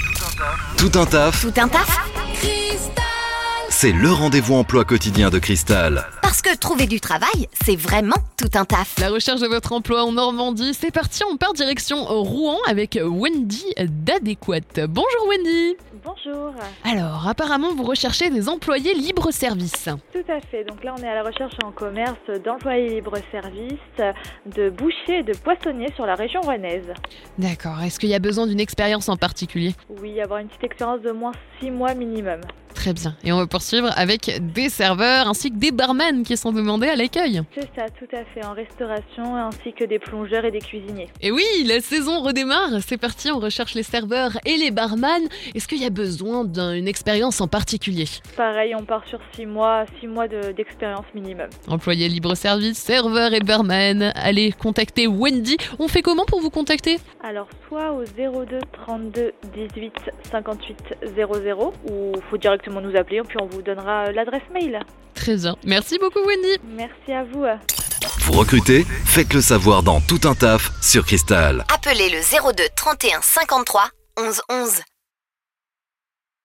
Tout un taf, Tout un taf c'est le rendez-vous emploi quotidien de Cristal. Parce que trouver du travail, c'est vraiment tout un taf. La recherche de votre emploi en Normandie, c'est parti, on part direction Rouen avec Wendy d'Adéquate. Bonjour Wendy Bonjour, Alors, apparemment, vous recherchez des employés libre-service. tout à fait. Donc là, on est à la recherche en commerce d'employés libre-service, de bouchers et de poissonniers sur la région rouennaise. D'accord, est-ce qu'il y a besoin d'une expérience en particulier Oui, avoir une petite expérience de moins 6 mois minimum. Très bien, et on va poursuivre avec des serveurs ainsi que des barman qui sont demandés à l'accueil. C'est ça, tout à fait, en restauration ainsi que des plongeurs et des cuisiniers. Et oui, la saison redémarre, c'est parti, on recherche les serveurs et les barman. Est-ce qu'il y a besoin d'une expérience en particulier Pareil, on part sur 6 mois, 6 mois de- d'expérience minimum. Employé libre-service, serveur et barman, allez contacter Wendy. On fait comment pour vous contacter Alors, soit au 02 32 18 58 00 ou faut directement nous appeler puis on vous donnera l'adresse mail. Très bien. Merci beaucoup Wendy. Merci à vous. Vous recrutez Faites le savoir dans Tout un taf sur Cristal. Appelez le 02 31 53 11 11.